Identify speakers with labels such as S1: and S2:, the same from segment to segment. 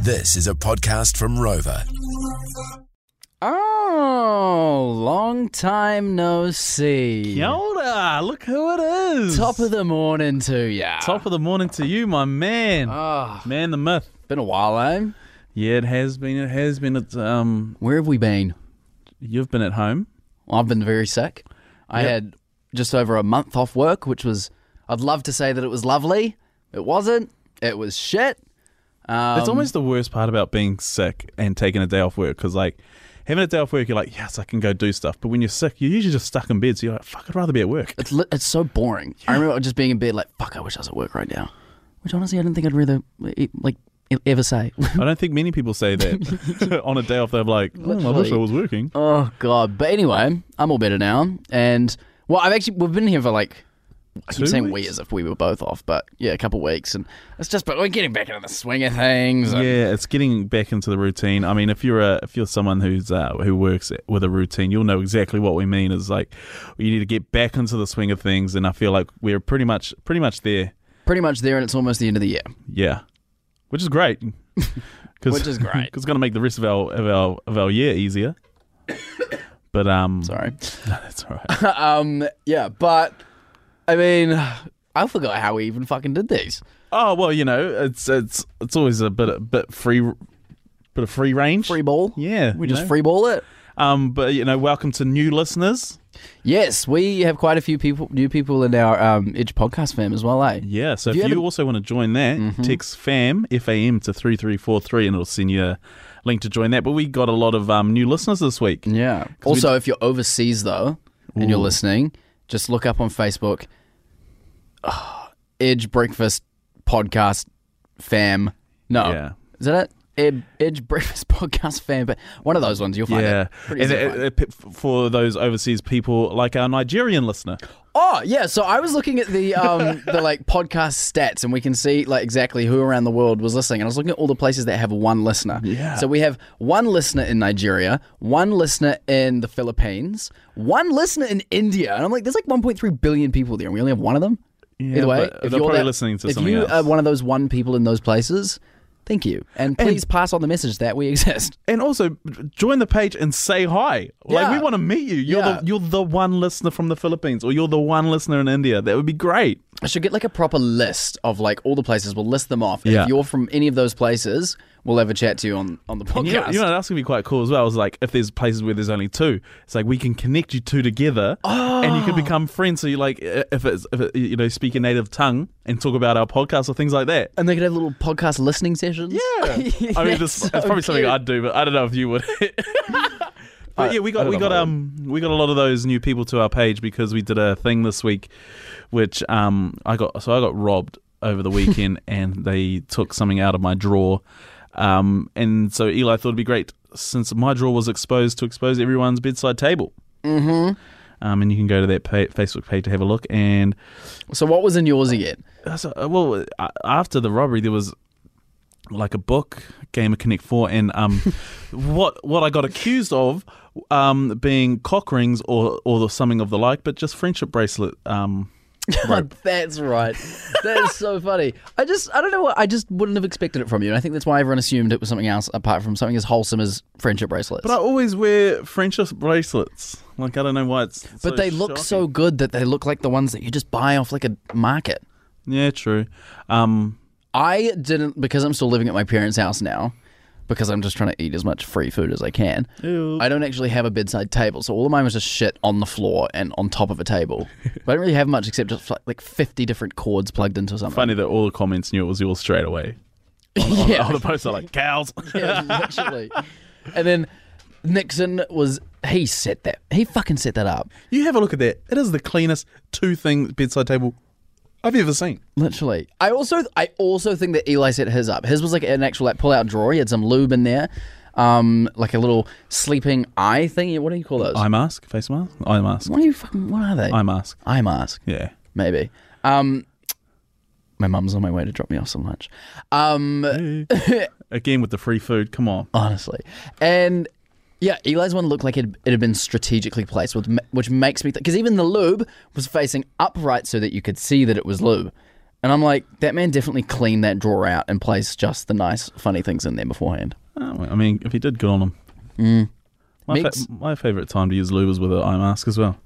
S1: This is a podcast from Rover.
S2: Oh, long time no see.
S3: Yoda, look who it is.
S2: Top of the morning to ya.
S3: Top of the morning to you, my man.
S2: Ah,
S3: man, the myth.
S2: been a while, eh?
S3: Yeah, it has been. It has been. It's um,
S2: Where have we been?
S3: you've been at home.
S2: Well, I've been very sick. I
S3: Yep.
S2: had just over a month off work, which was, I'd love to say that it was lovely. It wasn't. It was shit. Um,
S3: That's almost the worst part about being sick and taking a day off work because, like, having a day off work, you're like, yes, I can go do stuff. But when you're sick, you're usually just stuck in bed. So you're like, fuck, I'd rather be at work.
S2: It's, li- it's so boring. I remember just being in bed like, fuck, I wish I was at work right now. Which honestly, I didn't think I'd rather, like, ever say.
S3: I don't think many people say that on a day off. They're like, oh, I wish I
S2: Literally.
S3: was working.
S2: Oh god! But anyway, I'm all better now, and well, I've actually we've been here for like I keep
S3: Two
S2: saying we
S3: weeks?
S2: as if we were both off, but yeah, a couple weeks, and it's just but we're getting back into the swing of things. and-
S3: Yeah, it's getting back into the routine. I mean, if you're a if you're someone who's uh, who works with a routine, you'll know exactly what we mean. Is like you need to get back into the swing of things, and I feel like we're pretty much pretty much there.
S2: pretty much there, and it's almost the end of the year.
S3: Yeah, which is great. 'Cause-
S2: Which is great.
S3: 'cause it's going to make the rest of our of our of our year easier. But um,
S2: Sorry.
S3: that's all right.
S2: um. Yeah, but I mean, I forgot how we even fucking did these.
S3: Oh well, you know, it's it's it's always a bit a bit free, bit of free range.
S2: Free ball.
S3: Yeah,
S2: We
S3: you
S2: just
S3: know.
S2: free ball it.
S3: Um, but you know, welcome to new listeners.
S2: Yes, we have quite a few people, new people in our um, Edge podcast fam as well, eh?
S3: Yeah, so
S2: If
S3: if
S2: you
S3: you,
S2: had a- Mm-hmm.
S3: also want to join that, text FAM, F A M, to 3343 and it'll send you a link to join that. But we got a lot of um, new listeners this week.
S2: Yeah. Also, if you're overseas though, and you're listening, just look up on Facebook, ah, Edge Breakfast Podcast Fam. No,
S3: Yeah.
S2: is that it? Ed, Edge Breakfast Podcast Fam, but one of those ones you'll find
S3: Yeah.
S2: it. Pretty
S3: And uh,
S2: easy to
S3: it,
S2: find.
S3: it- it- for those overseas people, like our Nigerian listener.
S2: oh yeah, so I was looking at the um the like podcast stats, and we can see like exactly who around the world was listening. And I was looking at all the places that have one listener.
S3: Yeah.
S2: So we have one listener in Nigeria, one listener in the Philippines, one listener in India, and I'm like, there's like 1.3 billion people there, and we only have one of them.
S3: Yeah,
S2: Either way,
S3: but
S2: if you're
S3: they're probably
S2: that-
S3: listening to
S2: if
S3: something
S2: you
S3: else.
S2: are one of those one people in those places, thank you, and please pass on the message that we exist.
S3: And also join the page and say hi. Like
S2: Yeah.
S3: we want to meet you. You're
S2: Yeah.
S3: the you're the one listener from the Philippines or you're the one listener in India. That would be great.
S2: I should get like a proper list of like all the places. We'll list them off. And
S3: Yeah.
S2: If you're from any of those places, we'll have a chat to you on on the podcast.
S3: You know, you know, that's gonna be quite cool as well. Is like if there's places where there's only two, it's like we can connect you two together, and you can become friends. So you like i- if it's if it, you know speak a native tongue and talk about our podcast or things like that.
S2: and they could have little podcast listening sessions.
S3: I mean, this
S2: That's
S3: it's
S2: so
S3: probably something
S2: cute.
S3: I'd do, but I don't know if you would. but yeah, we
S2: I
S3: got
S2: don't
S3: we
S2: know if I would.
S3: got um we got a lot of those new people to our page because we did a thing this week, which um I got so I got robbed over the weekend and they took something out of my drawer, um and so Eli thought it'd be great since my drawer was exposed to expose everyone's bedside table. Mm-hmm. Um, and you can go to that pa Facebook page to have a look and
S2: So what was in yours again?
S3: that's uh, well. uh, After the robbery, there was like a book, Game of Connect Four, and um, what what I got accused of um, being cock rings or or something of the like, but just friendship bracelet. Um,
S2: that's right. That is so funny. I just I don't know what I just wouldn't have expected it from you. And I think that's why everyone assumed it was something else apart from something as wholesome as friendship bracelets.
S3: but I always wear friendship bracelets. Like I don't know why it's.
S2: But
S3: so
S2: they look so
S3: shocking.
S2: good that they look like the ones that you just buy off like a market.
S3: Yeah, true. Um,
S2: I didn't because I'm still living at my parents' house now because I'm just trying to eat as much free food as I can.
S3: Ew.
S2: I don't actually have a bedside table, so all of mine was just shit on the floor and on top of a table. but I don't really have much except just like, like 50 different cords plugged into something.
S3: funny that all the comments knew it was yours straight away.
S2: yeah,
S3: All the posts are like cows.
S2: yeah, literally. And then Nixon was he set that he fucking set that up.
S3: you have a look at that. It is the cleanest two thing bedside table I've ever seen.
S2: Literally. I also I also think that Eli set his up. His was like an actual like pull out drawer. He had some lube in there. Um like a little sleeping eye thing. What do you call those?
S3: Eye mask, face mask, eye mask,
S2: what are you fucking what are they?
S3: eye mask.
S2: eye mask.
S3: Yeah.
S2: Maybe. Um my mum's on my way to drop me off some lunch. Um
S3: Again with the free food. Come on.
S2: honestly. And yeah, Eli's one looked like it, it had been strategically placed, with, which makes me because even the lube was facing upright so that you could see that it was lube. And I'm like, that man definitely cleaned that drawer out and placed just the nice, funny things in there beforehand.
S3: Oh, well, I mean, if he did, good on him. Mm. My, fa-
S2: Meeks?
S3: my favorite time to use lube is with an eye mask as well.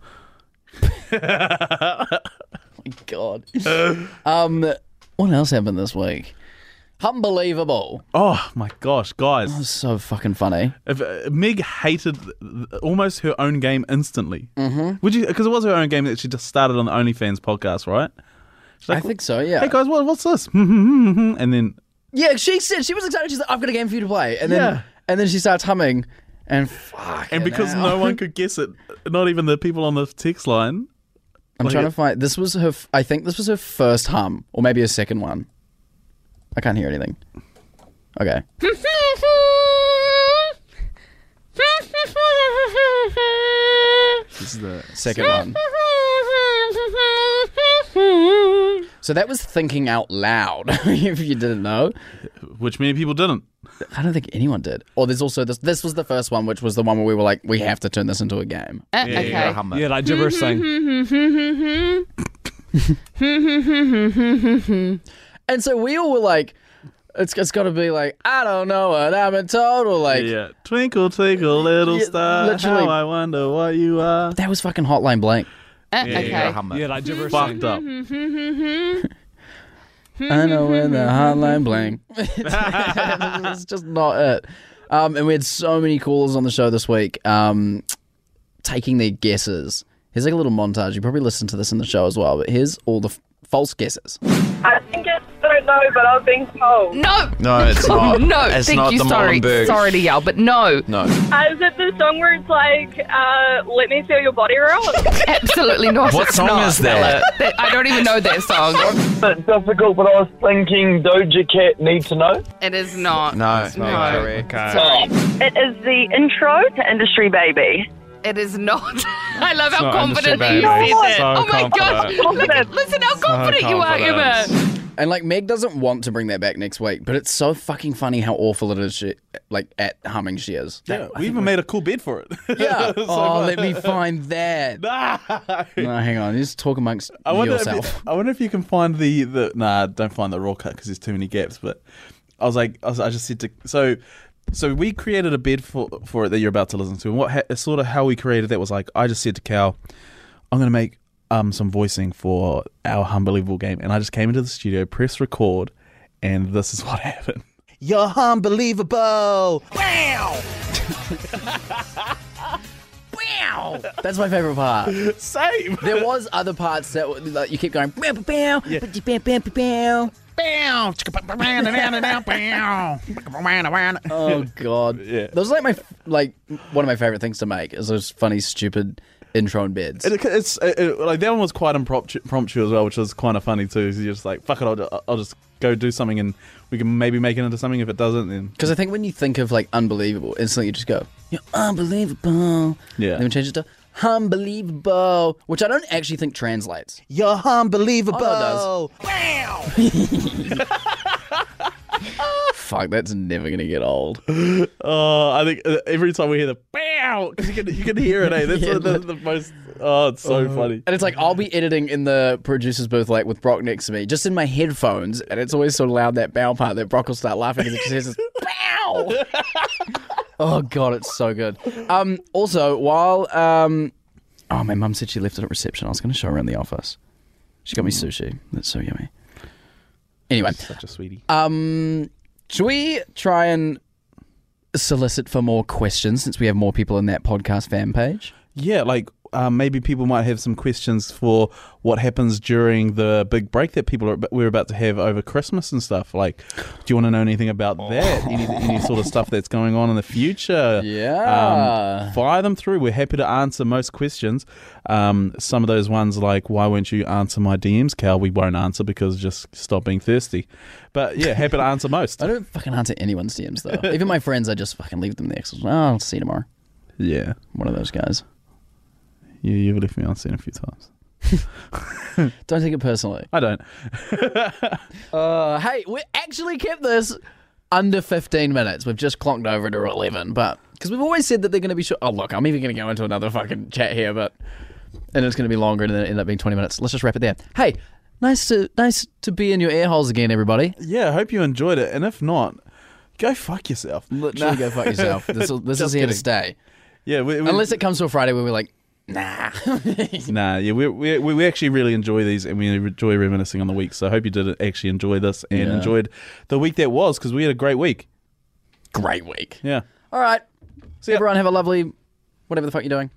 S2: My God. um, what else happened this week? Unbelievable.
S3: Oh my gosh, guys!
S2: That was so fucking funny.
S3: If, uh, Meg hated th- th- almost her own game instantly. Mm-hmm. Would you? Because it was her own game that she just started on the OnlyFans podcast, right? She's
S2: I
S3: like,
S2: think so, yeah.
S3: Hey guys, what, what's this? and then
S2: Yeah, she said she was excited. She's like, I've got a game for you to play. And then
S3: Yeah.
S2: and then she starts humming and fuck.
S3: and because no one could guess it, not even the people on the text line.
S2: I'm
S3: like
S2: trying
S3: it-
S2: to find this was her f- I think this was her first hum, or maybe her second one. I can't hear anything. Okay.
S4: Uh,
S3: This is the
S2: Second one. So that was thinking out loud, if you didn't know.
S3: which many people didn't.
S2: I don't think anyone did. Or there's also this this was the first one, which was the one where we were like, we have to turn this into a game.
S4: Uh,
S5: Yeah, you gotta
S4: okay. Uh,
S5: hum it.
S6: Yeah, that
S5: Mm-hmm.
S6: gibberish thing.
S2: And so we all were like, it's, it's got to be like, I don't know what I'm in total. Like,
S3: Yeah, twinkle twinkle little
S2: Yeah,
S3: star,
S2: literally.
S3: how I wonder what you are.
S2: that was fucking Hotline Blank.
S4: Uh,
S5: Yeah, you gotta
S4: okay.
S5: hum it.
S6: Yeah, that gibberish thing.
S3: Fucked up.
S2: I know when the hotline blank. it's just not it. Um, and we had so many callers on the show this week um, taking their guesses. Here's like a little montage. You probably listened to this in the show as well, but here's all the f- false guesses.
S7: I think it's don't know, but I've been told.
S4: No.
S5: No, it's
S4: Oh,
S5: not.
S4: no.
S5: it's
S4: Thank
S5: not
S4: you.
S5: the
S4: Sorry.
S5: Molenberg.
S4: Sorry to yell, but no.
S5: No.
S7: Uh, is it the song where it's like, uh, let me feel your body roll?
S4: Absolutely not.
S5: What
S4: It's
S5: song
S4: not.
S5: is that?
S4: That- I don't even know that song.
S8: bit difficult, but I was thinking Doja Cat need to know.
S4: It is not.
S5: No.
S4: No. Sorry.
S7: it is the intro to Industry Baby.
S4: It is not. I love how
S6: not
S4: confident
S6: Industry
S4: you
S6: Baby.
S4: said it.
S6: So
S4: oh my
S6: confident.
S4: gosh. Look at, listen how confident you are, Emma.
S6: confident.
S2: And like Meg doesn't want to bring that back next week, but it's so fucking funny how awful it is. She, like at humming she is.
S3: Yeah, we even made a cool bid for it.
S2: Yeah.
S3: So
S2: oh,
S3: much.
S2: let me find that. No,
S3: No.
S2: hang on. Just talk amongst
S3: I wonder, if
S2: yourself.
S3: I wonder if you can find the, the nah, don't find the raw cut because there's too many gaps. But I was like, I, was, I just said to so, so we created a bid for for it that you're about to listen to, and what ha- sort of how we created that was like, I just said to Cal, I'm gonna make um some voicing for our unbelievable game, and I just came into the studio, pressed record, and this is what happened. You're unbelievable.
S2: Wow. That's my favorite part.
S3: Same.
S2: There was other parts that were- like, you keep going. "Bow, bow, bow, bow, bow, bow, bow, bow." oh god,
S3: Yeah.
S2: That was like my like one of my favorite things to make is those funny stupid intro in beds.
S3: It, it's it, it- like that one was quite impromptu, impromptu as well, which was kind of funny too. 'cause You're just like, fuck it, I'll, ju- I'll just go do something, and we can maybe make it into something. If it doesn't, then
S2: Because I think when you think of like unbelievable, instantly you just go, "You're unbelievable."
S3: Yeah.
S2: Then we change it to unbelievable, which I don't actually think translates.
S3: you're unbelievable.
S2: Oh, Fuck, that's never gonna get old.
S3: Oh, I think uh, every time we hear the bow, because you can you can hear it. Hey, that's
S2: Yeah. Uh-huh.
S3: the, the, the most. Oh, it's so funny.
S2: And it's like I'll be editing in the producer's booth, like with Brock next to me, just in my headphones, and it's always so loud that bow part that Brock will start laughing because it just says bow. oh god, it's so good. Um, also, while um, oh my mum said she left it at reception. I was going to show her around the office. She got me sushi. That's so yummy. Anyway,
S3: Such a sweetie.
S2: um, should we try and solicit for more questions since we have more people in that podcast fan page?
S3: yeah, like um, maybe people might have some questions for what happens during the big break that people are we're about to have over Christmas and stuff. Like, do you want to know anything about
S2: Oh.
S3: that? Any, any sort of stuff that's going on in the future?
S2: Yeah.
S3: Um, fire them through. We're happy to answer most questions. Um, some of those ones like, why won't you answer my DMs, Cal? We won't answer because just stop being thirsty. But yeah, happy to answer most.
S2: I don't fucking answer anyone's DMs though. Even my friends, I just fucking leave them there. 'cause, Oh, I'll see you tomorrow.
S3: yeah,
S2: I'm one of those guys.
S3: you, you've left me on scene a few times.
S2: Don't take it personally.
S3: I don't.
S2: Uh, hey, we actually kept this under 15 minutes. We've just clocked over to 11, but because we've always said that they're going to be short. Oh, look, I'm even going to go into another fucking chat here, but and it's going to be longer and then it end up being 20 minutes. Let's just wrap it there. Hey, Nice to nice to be in your ear holes again, everybody.
S3: Yeah, I hope you enjoyed it. And if not, go fuck yourself.
S2: Literally,
S3: Nah.
S2: go fuck yourself. This will- this is
S3: Just
S2: here to
S3: kidding.
S2: stay.
S3: Yeah, we, we,
S2: Unless it comes to a Friday where we're like, nah.
S3: nah, yeah, we, we, we we actually really enjoy these and we enjoy reminiscing on the week. So I hope you did actually enjoy this and
S2: Yeah.
S3: enjoyed the week that was because we had a great week.
S2: Great week.
S3: Yeah.
S2: All right.
S3: See ya.
S2: Everyone have a lovely, whatever the fuck you're doing.